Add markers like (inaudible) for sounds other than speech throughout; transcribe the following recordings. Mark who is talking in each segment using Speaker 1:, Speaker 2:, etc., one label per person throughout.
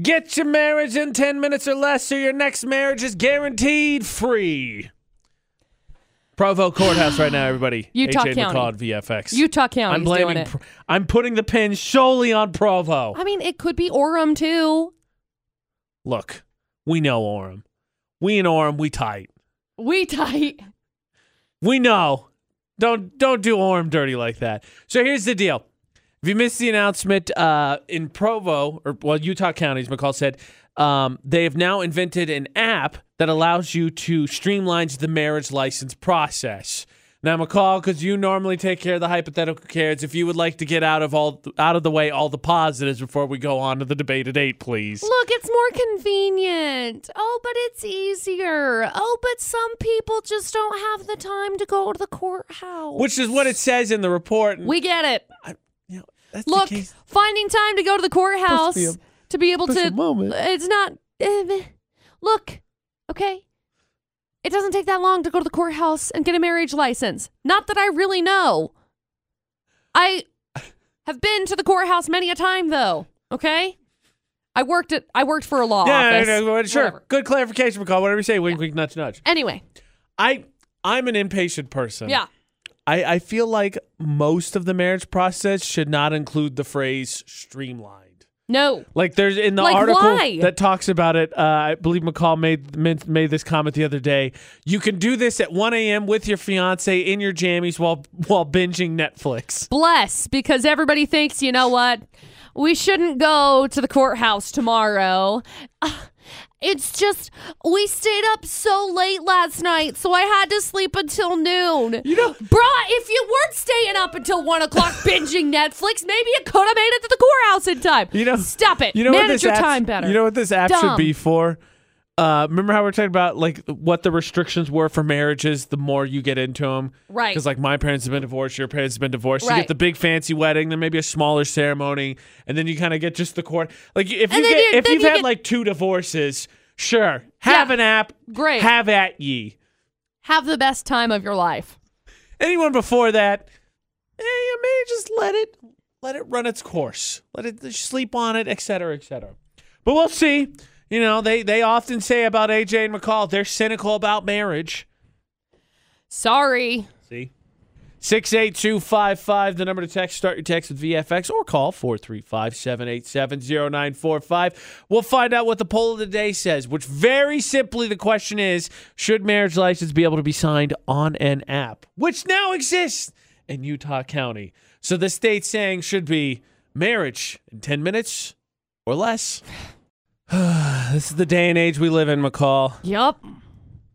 Speaker 1: Get your marriage in 10 minutes or less, so your next marriage is guaranteed free. Provo Courthouse right now, everybody.
Speaker 2: Utah
Speaker 1: H.A.
Speaker 2: County.
Speaker 1: McCloud, VFX.
Speaker 2: Utah County.
Speaker 1: I'm blaming.
Speaker 2: Doing it.
Speaker 1: Pro- I'm putting the pin solely on Provo.
Speaker 2: I mean, it could be Orem too.
Speaker 1: Look, we know Orem. We and Orem, we tight.
Speaker 2: We tight.
Speaker 1: We know. Don't don't do Orem dirty like that. So here's the deal. If you missed the announcement uh, in Provo, or well, Utah counties, McCall said um, they have now invented an app that allows you to streamlines the marriage license process. Now, McCall, because you normally take care of the hypothetical cares, if you would like to get out of all out of the way all the positives before we go on to the debate at eight, please.
Speaker 2: Look, it's more convenient. Oh, but it's easier. Oh, but some people just don't have the time to go to the courthouse.
Speaker 1: Which is what it says in the report. and-
Speaker 2: we get it.
Speaker 1: you know, that's the
Speaker 2: Look,
Speaker 1: case.
Speaker 2: finding time to go to the courthouse
Speaker 1: be a
Speaker 2: to be able to.
Speaker 1: special moment.
Speaker 2: It's not. eh, meh. look, okay. It doesn't take that long to go to the courthouse and get a marriage license. Not that I really know. I have been to the courthouse many a time, though. Okay, I worked at I worked for a law
Speaker 1: Yeah,
Speaker 2: office.
Speaker 1: yeah, yeah, sure.
Speaker 2: Whatever.
Speaker 1: Good clarification, McCall. Whatever you say, wink, wink, nudge, nudge.
Speaker 2: Anyway,
Speaker 1: I, I'm an impatient person.
Speaker 2: yeah,
Speaker 1: I, I feel like most of the marriage process should not include the phrase streamlined.
Speaker 2: no,
Speaker 1: Like there's in the
Speaker 2: Like,
Speaker 1: article
Speaker 2: why?
Speaker 1: that talks about it. Uh, I believe McCall made men- made this comment the other day. You can do this at 1 a.m. with your fiance in your jammies while while binging Netflix.
Speaker 2: bless because everybody thinks you know what we shouldn't go to the courthouse tomorrow (sighs) Ah, it's just we stayed up so late last night so i had to sleep until noon
Speaker 1: You know,
Speaker 2: Bruh, if you weren't staying up until one o'clock (laughs) binging Netflix, maybe you could have made it to the courthouse in time.
Speaker 1: You know-
Speaker 2: stop it.
Speaker 1: You know what
Speaker 2: Manage
Speaker 1: this
Speaker 2: your
Speaker 1: app,
Speaker 2: time better.
Speaker 1: You know what this app should
Speaker 2: Dumb.
Speaker 1: be for? Uh, remember how we are talking about like what the restrictions were for marriages? The more you get into them,
Speaker 2: Right.
Speaker 1: Because like my parents have been divorced, your parents have been divorced. You
Speaker 2: Right.
Speaker 1: get the big fancy wedding, then maybe a smaller ceremony, and then you kind of get just the court. Like if you
Speaker 2: then
Speaker 1: get
Speaker 2: you-
Speaker 1: if
Speaker 2: then
Speaker 1: you've
Speaker 2: you
Speaker 1: had
Speaker 2: get-
Speaker 1: like two divorces, sure, have
Speaker 2: Yeah.
Speaker 1: an app,
Speaker 2: Great.
Speaker 1: have at ye.
Speaker 2: have the best time of your life.
Speaker 1: Anyone before that, eh, you may just let it let it run its course. Let it just sleep on it, et cetera, et cetera. But we'll see. You know, they they often say about AJ and McCall, they're cynical about marriage.
Speaker 2: Sorry.
Speaker 1: See? 68255, the number to text. Start your text with VFX or call 435 787 0945. We'll find out what the poll of the day says, which very simply the question is should marriage license be able to be signed on an app, which now exists in Utah County? So the state saying should be marriage in 10 minutes or less. (sighs) this is the day and age we live in, McCall
Speaker 2: Yup.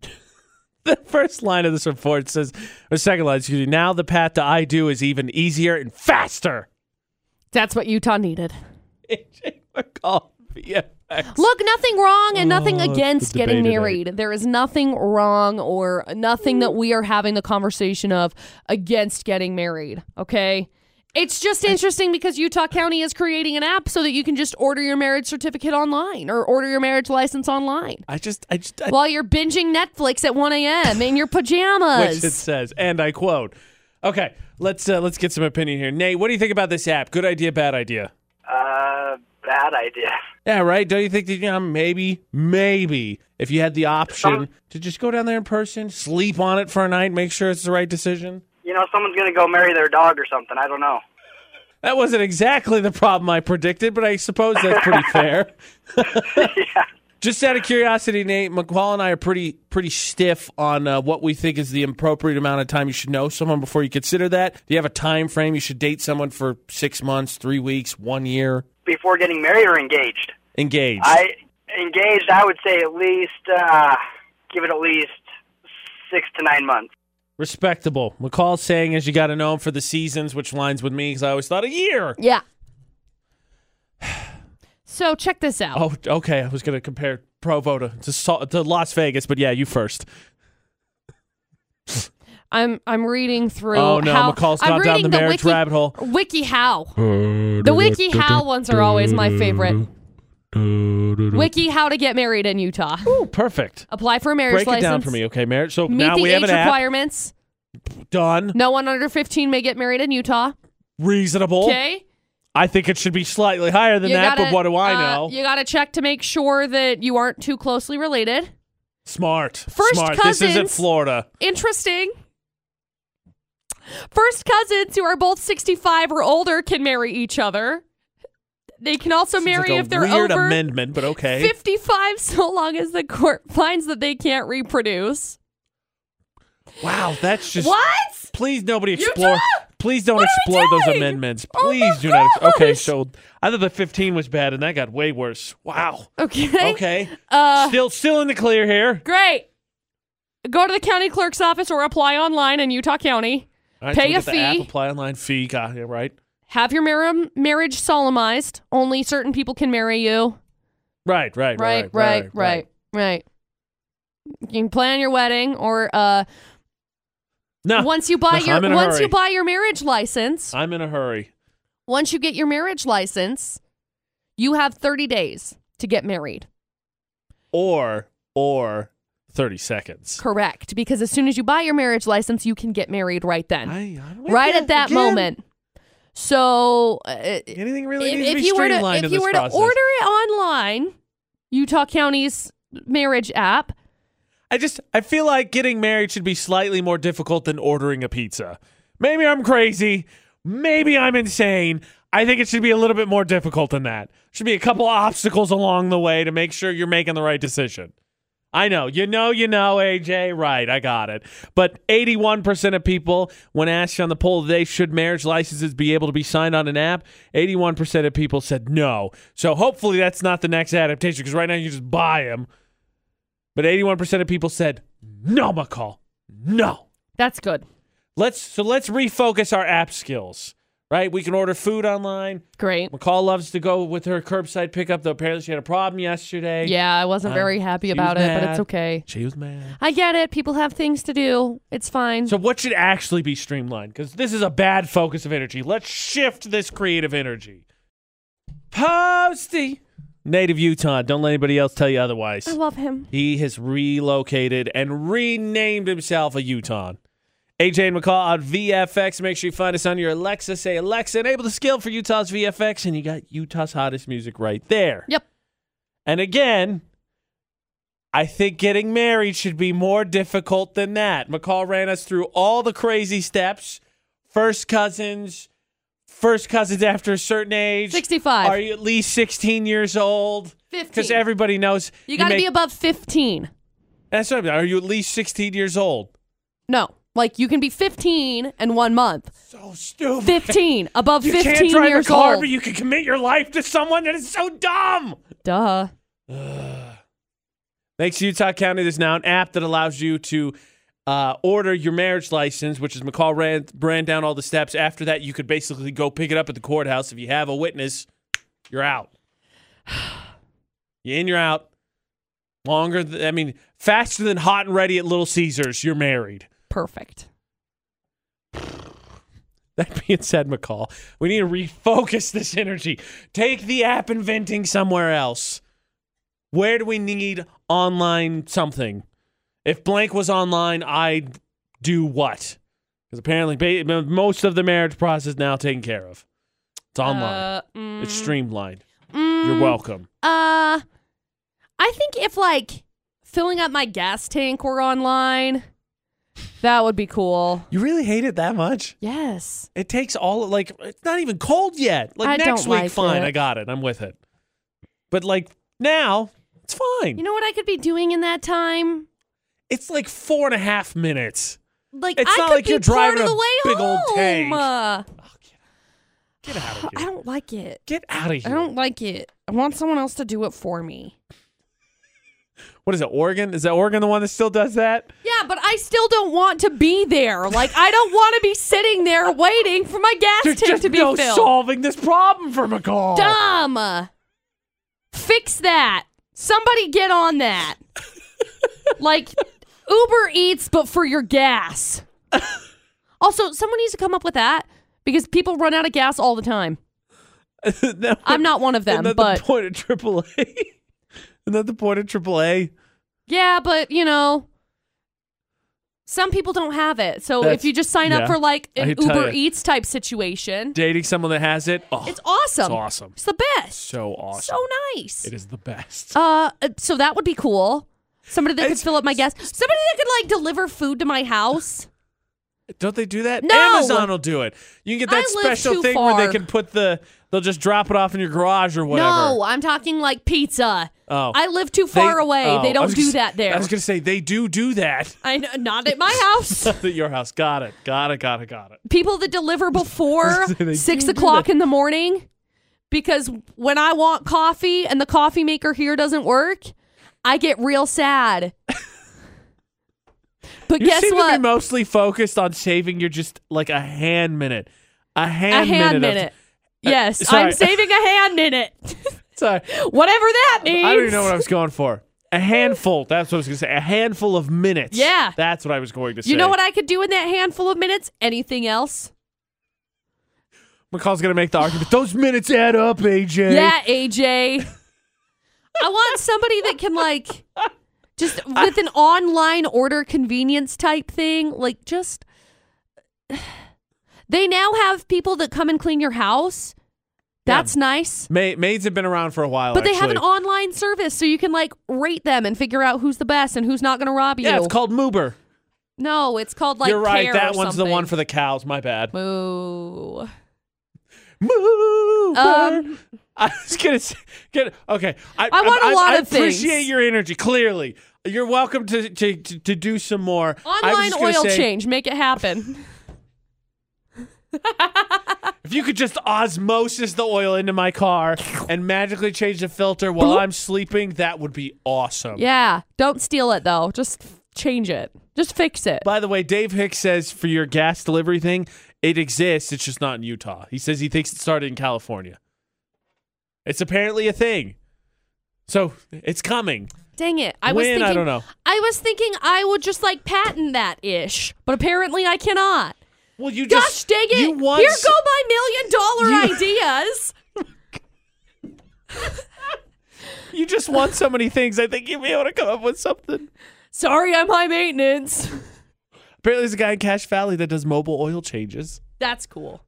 Speaker 1: (laughs) the first line of this report says, or second line, excuse me, now the path to I do is even easier and faster. (laughs)
Speaker 2: That's what Utah needed.
Speaker 1: AJ McCall, VFX.
Speaker 2: Look, nothing wrong and nothing
Speaker 1: Oh, it's
Speaker 2: against
Speaker 1: the
Speaker 2: getting
Speaker 1: debate at
Speaker 2: married. There is nothing wrong or nothing that we are having the conversation of against getting married, okay? It's just interesting because Utah County is creating an app so that you can just order your marriage certificate online or order your marriage license online
Speaker 1: I just, I just, I,
Speaker 2: while you're binging Netflix at 1 a.m. in your pajamas.
Speaker 1: which it says, and I quote. Okay, let's uh, let's get some opinion here. Nate, what do you think about this app? Good idea, bad idea?
Speaker 3: Uh, bad idea.
Speaker 1: Yeah, right. Don't you think that you know, maybe, maybe if you had the option to just go down there in person, sleep on it for a night, make sure it's the right decision?
Speaker 3: You know, someone's gonna go marry their dog or something. I don't know.
Speaker 1: That wasn't exactly the problem I predicted, but I suppose that's pretty fair. (laughs) Just out of curiosity, Nate, McCall and I are pretty pretty stiff on uh, what we think is the appropriate amount of time you should know someone before you consider that. Do you have a time frame you should date someone for six months, three weeks, one year?
Speaker 3: Before getting married or engaged,
Speaker 1: Engaged.
Speaker 3: I engaged. I would say at least uh, give it at least six to nine months.
Speaker 1: Respectable. McCall's saying is you got to know 'em for the seasons, which lines with me because I always thought a year.
Speaker 2: yeah. So check this out.
Speaker 1: Oh, okay. I was going to compare Provo to, to, Sa- to Las Vegas, but yeah, you first.
Speaker 2: I'm I'm reading through.
Speaker 1: Oh, no,
Speaker 2: how,
Speaker 1: McCall's
Speaker 2: I'm
Speaker 1: gone down
Speaker 2: reading
Speaker 1: the marriage
Speaker 2: wiki,
Speaker 1: rabbit hole.
Speaker 2: Wiki how. The wiki how ones are always my favorite. Wiki how to get married in Utah.
Speaker 1: Ooh, perfect.
Speaker 2: Apply for a marriage
Speaker 1: Break
Speaker 2: license.
Speaker 1: it down for me, okay, marriage. So
Speaker 2: Meet
Speaker 1: now
Speaker 2: the
Speaker 1: we have
Speaker 2: age
Speaker 1: an app.
Speaker 2: requirements.
Speaker 1: Done.
Speaker 2: No one under 15 may get married in Utah.
Speaker 1: Reasonable.
Speaker 2: Okay.
Speaker 1: I think it should be slightly higher than
Speaker 2: You
Speaker 1: that, but
Speaker 2: gotta,
Speaker 1: what do I
Speaker 2: uh,
Speaker 1: know?
Speaker 2: You got to check to make sure that you aren't too closely related.
Speaker 1: Smart.
Speaker 2: First
Speaker 1: Smart. This isn't
Speaker 2: cousins.
Speaker 1: Florida.
Speaker 2: Interesting. First cousins who are both 65 or older can marry each other. They can also
Speaker 1: Seems
Speaker 2: marry
Speaker 1: like a
Speaker 2: if they're
Speaker 1: weird
Speaker 2: over
Speaker 1: amendment, eh? but okay.
Speaker 2: 55 (laughs) so long as the court finds that they can't reproduce.
Speaker 1: Wow, that's just.
Speaker 2: what?
Speaker 1: Please, nobody
Speaker 2: You
Speaker 1: explore.
Speaker 2: took-
Speaker 1: Please don't
Speaker 2: What are we
Speaker 1: explore those
Speaker 2: doing?
Speaker 1: amendments.
Speaker 2: Oh my
Speaker 1: Please do not. Ex- okay,
Speaker 2: gosh.
Speaker 1: so I thought the 15 was bad, and that got way worse. Wow.
Speaker 2: Okay.
Speaker 1: Okay.
Speaker 2: Uh,
Speaker 1: Still, still in the clear here.
Speaker 2: great. Go to the county clerk's office or apply online in Utah County.
Speaker 1: All right,
Speaker 2: Pay
Speaker 1: so we
Speaker 2: a
Speaker 1: got the app,
Speaker 2: fee.
Speaker 1: apply online fee. Got it right.
Speaker 2: Have your mar- marriage solemnized. Only certain people can marry you.
Speaker 1: Right, right,
Speaker 2: right, right, right, right. You can plan your wedding, or uh,
Speaker 1: No,
Speaker 2: once you buy
Speaker 1: no,
Speaker 2: your
Speaker 1: I'm in a
Speaker 2: once
Speaker 1: hurry. Uh.
Speaker 2: you buy your marriage license,
Speaker 1: I'm in a hurry.
Speaker 2: once you get your marriage license, you have thirty days to get married.
Speaker 1: Or, or 30 seconds.
Speaker 2: Correct, because as soon as you buy your marriage license, you can get married right then,
Speaker 1: I- I'm with
Speaker 2: right
Speaker 1: you
Speaker 2: at that
Speaker 1: again.
Speaker 2: moment. So, uh,
Speaker 1: Anything really needs
Speaker 2: if,
Speaker 1: to
Speaker 2: if
Speaker 1: be
Speaker 2: you were to
Speaker 1: streamlined
Speaker 2: if
Speaker 1: in
Speaker 2: you
Speaker 1: this
Speaker 2: were
Speaker 1: process.
Speaker 2: to order it online, Utah County's marriage app.
Speaker 1: I just I feel like getting married should be slightly more difficult than ordering a pizza. Maybe I'm crazy. Maybe I'm insane. I think it should be a little bit more difficult than that. Should be a couple obstacles along the way to make sure you're making the right decision. I know, you know, you know, AJ, right, I got it. But 81% of people, when asked on the poll today, should marriage licenses be able to be signed on an app? 81% of people said no. So hopefully that's not the next adaptation because right now you just buy them. But 81% of people said, no, McCall, no.
Speaker 2: That's good.
Speaker 1: Let's so let's refocus our app skills. Right? We can order food online.
Speaker 2: Great.
Speaker 1: McCall loves to go with her curbside pickup, though apparently she had a problem yesterday.
Speaker 2: Yeah, I wasn't
Speaker 1: Um,
Speaker 2: very happy
Speaker 1: she was
Speaker 2: about it, but it's
Speaker 1: mad.
Speaker 2: okay.
Speaker 1: She was mad.
Speaker 2: I get it. People have things to do. It's fine.
Speaker 1: So what should actually be streamlined? Because this is a bad focus of energy. Let's shift this creative energy. Posty. Native Utah. Don't let anybody else tell you otherwise.
Speaker 2: I love him.
Speaker 1: He has relocated and renamed himself a Utah. AJ and McCall on VFX. Make sure you find us on your Alexa. Say, Alexa, enable the skill for Utah's VFX, and you got Utah's hottest music right there.
Speaker 2: Yep.
Speaker 1: And again, I think getting married should be more difficult than that. McCall ran us through all the crazy steps first cousins, first cousins after a certain age.
Speaker 2: 65.
Speaker 1: Are you at least 16 years old?
Speaker 2: 15.
Speaker 1: Because everybody knows
Speaker 2: you got to
Speaker 1: make-
Speaker 2: be above 15.
Speaker 1: that's what I mean. Are you at least 16 years old?
Speaker 2: No. Like you can be 15 and
Speaker 1: (laughs)
Speaker 2: 1 month.
Speaker 1: So stupid.
Speaker 2: 15 above
Speaker 1: you
Speaker 2: 15
Speaker 1: can't drive
Speaker 2: years
Speaker 1: a car,
Speaker 2: old.
Speaker 1: but you can commit your life to someone that is so dumb.
Speaker 2: Duh.
Speaker 1: Thanks to Utah County, there's now an app that allows you to uh, order your marriage license, which is McCall ran, ran down all the steps. After that, you could basically go pick it up at the courthouse. If you have a witness, you're out. You're in, you're out. Longer, th- I mean, faster than hot and ready at Little Caesars, you're married.
Speaker 2: Perfect.
Speaker 1: That being said, McCall, we need to refocus this energy. Take the app inventing somewhere else. Where do we need online something? If blank was online, I'd do what? Because apparently, ba- most of the marriage process now taken care of. It's online.
Speaker 2: Uh, mm,
Speaker 1: it's streamlined.
Speaker 2: mm,
Speaker 1: You're welcome.
Speaker 2: Uh I think if like filling up my gas tank were online, that would be cool.
Speaker 1: You really hate it that much?
Speaker 2: Yes.
Speaker 1: It takes all like it's not even cold yet. Like
Speaker 2: I
Speaker 1: next
Speaker 2: don't
Speaker 1: week,
Speaker 2: like
Speaker 1: fine,
Speaker 2: it.
Speaker 1: I got it. I'm with it. But like now, it's fine.
Speaker 2: You know what I could be doing in that time?
Speaker 1: It's like four and a half minutes.
Speaker 2: Like
Speaker 1: It's
Speaker 2: I
Speaker 1: not
Speaker 2: could
Speaker 1: like
Speaker 2: be
Speaker 1: you're
Speaker 2: part
Speaker 1: driving
Speaker 2: of
Speaker 1: a
Speaker 2: the way
Speaker 1: big
Speaker 2: home.
Speaker 1: old tank.
Speaker 2: Uh,
Speaker 1: Get out of
Speaker 2: Oh, I
Speaker 1: here.
Speaker 2: don't like it.
Speaker 1: (sighs) Get out of
Speaker 2: I
Speaker 1: here.
Speaker 2: don't like it. I want someone else to do it for me.
Speaker 1: What is it, Oregon? Is that Oregon the one that still does that?
Speaker 2: Yeah, but I still don't want to be there. Like I don't want to be sitting there waiting for my gas
Speaker 1: There's
Speaker 2: tank
Speaker 1: just
Speaker 2: to be
Speaker 1: no
Speaker 2: filled.
Speaker 1: solving this problem for McCall. (laughs)
Speaker 2: Dumb. Fix that. Somebody get
Speaker 1: (laughs)
Speaker 2: on that. like Uber Eats, but for your gas. also, someone needs to come up with that because people run out of gas all the time.
Speaker 1: That
Speaker 2: I'm
Speaker 1: was-
Speaker 2: not one of
Speaker 1: isn't
Speaker 2: them,
Speaker 1: that
Speaker 2: but
Speaker 1: the point of AAA. (laughs) Isn't that the point of AAA?
Speaker 2: yeah, but you know, Some people don't have it. So
Speaker 1: That's-
Speaker 2: if you just sign
Speaker 1: yeah.
Speaker 2: up for like an
Speaker 1: I tell
Speaker 2: Uber
Speaker 1: ya.
Speaker 2: Eats type situation,
Speaker 1: Dating someone that has it, oh,
Speaker 2: it's awesome.
Speaker 1: It's awesome.
Speaker 2: It's the best.
Speaker 1: so awesome.
Speaker 2: So nice.
Speaker 1: It is the best.
Speaker 2: Uh, uh, so that would be cool. Somebody that could
Speaker 1: It's-
Speaker 2: fill up my gas. Somebody that could like deliver food to my house.
Speaker 1: Don't they do that?
Speaker 2: No!
Speaker 1: Amazon will do it. You can get that
Speaker 2: I live
Speaker 1: special
Speaker 2: too
Speaker 1: thing where they
Speaker 2: far.
Speaker 1: can put the they'll just drop it off in your garage or whatever.
Speaker 2: No, I'm talking like pizza.
Speaker 1: Oh.
Speaker 2: I live too far
Speaker 1: They-
Speaker 2: away.
Speaker 1: oh,
Speaker 2: they
Speaker 1: I
Speaker 2: don't
Speaker 1: was
Speaker 2: do
Speaker 1: gonna-
Speaker 2: that there.
Speaker 1: I was gonna say they do do that
Speaker 2: I know, not at my
Speaker 1: (laughs)
Speaker 2: house.
Speaker 1: at your house. Got it. Got it. Got it. Got it.
Speaker 2: People that
Speaker 1: (laughs)
Speaker 2: deliver before
Speaker 1: They
Speaker 2: six
Speaker 1: do do
Speaker 2: o'clock
Speaker 1: that.
Speaker 2: in the morning, because when I want coffee and the coffee maker here doesn't work, I get
Speaker 1: (laughs)
Speaker 2: real sad. but
Speaker 1: You
Speaker 2: guess
Speaker 1: seem to
Speaker 2: what?
Speaker 1: be mostly focused on saving your just like a hand minute, a
Speaker 2: a
Speaker 1: hand
Speaker 2: hand
Speaker 1: minute. of- Uh,
Speaker 2: minute. Yes,
Speaker 1: sorry.
Speaker 2: I'm saving a hand minute.
Speaker 1: (laughs) sorry,
Speaker 2: Whatever that means.
Speaker 1: I don't even know what I was going for. A handful. That's what I was gonna say. A handful of minutes.
Speaker 2: Yeah.
Speaker 1: That's what I was going to say.
Speaker 2: You know what I could do in that handful of minutes? Anything else?
Speaker 1: McCall's gonna make the argument. Those minutes add up, AJ.
Speaker 2: Yeah, AJ. I want somebody that can like
Speaker 1: (laughs)
Speaker 2: just with an online order convenience type thing, like just (sighs) they now have people that come and clean your house. That's nice.
Speaker 1: Ma- maids have been around for a while,
Speaker 2: But they have an
Speaker 1: actually.
Speaker 2: online service so you can like rate them and figure out who's the best and who's not going to rob you.
Speaker 1: Yeah, it's called Moober.
Speaker 2: no, it's called like
Speaker 1: You're right.
Speaker 2: Care
Speaker 1: that
Speaker 2: or
Speaker 1: one's the
Speaker 2: something.
Speaker 1: one for the cows. My bad.
Speaker 2: Moo.
Speaker 1: Moober.
Speaker 2: Um,
Speaker 1: I was gonna say, get okay. I,
Speaker 2: I want
Speaker 1: a
Speaker 2: a lot
Speaker 1: I
Speaker 2: of things.
Speaker 1: appreciate your energy. Clearly, you're welcome to to, to, to do some more I was
Speaker 2: Online
Speaker 1: just gonna
Speaker 2: oil
Speaker 1: say,
Speaker 2: change, make it happen.
Speaker 1: (laughs) If you could just osmosis the oil into my car and magically change the filter while I'm sleeping, that would be awesome.
Speaker 2: yeah, don't steal it though. Just f- change it. Just fix it.
Speaker 1: By the way, Dave Hicks says for your gas delivery thing, it exists. It's just not in Utah. He says he thinks it started in California. It's apparently a thing. So it's coming.
Speaker 2: Dang it! I was
Speaker 1: when
Speaker 2: thinking.
Speaker 1: I don't know.
Speaker 2: I was thinking I would just like patent that ish, but apparently I cannot.
Speaker 1: Well, you
Speaker 2: Gosh
Speaker 1: just
Speaker 2: dang it!
Speaker 1: You once,
Speaker 2: Here go my million dollar
Speaker 1: (laughs)
Speaker 2: ideas.
Speaker 1: You just want so many things. I think you'll be able to come up with something.
Speaker 2: Sorry, I'm high maintenance.
Speaker 1: Apparently, there's a guy in Cache Valley that does mobile oil changes.
Speaker 2: That's cool.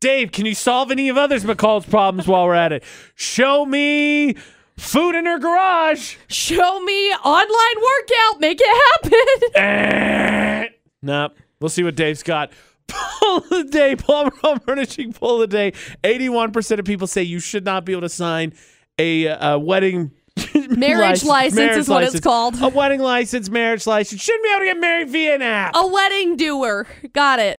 Speaker 1: Dave, can you solve any of others McCall's problems while we're at it? Show me food in her garage.
Speaker 2: Show me online workout. Make it happen. (laughs)
Speaker 1: Eh. Nah, we'll see what Dave's (laughs) got. Poll of the day, Palmer Home Furnishing poll of the day. 81% of people say you should not be able to sign a, uh wedding
Speaker 2: Marriage
Speaker 1: (laughs) license-
Speaker 2: license
Speaker 1: marriage
Speaker 2: is what it's
Speaker 1: license.
Speaker 2: called.
Speaker 1: A wedding license, marriage license. Shouldn't be able to get married via an app.
Speaker 2: A wedding doer. Got it.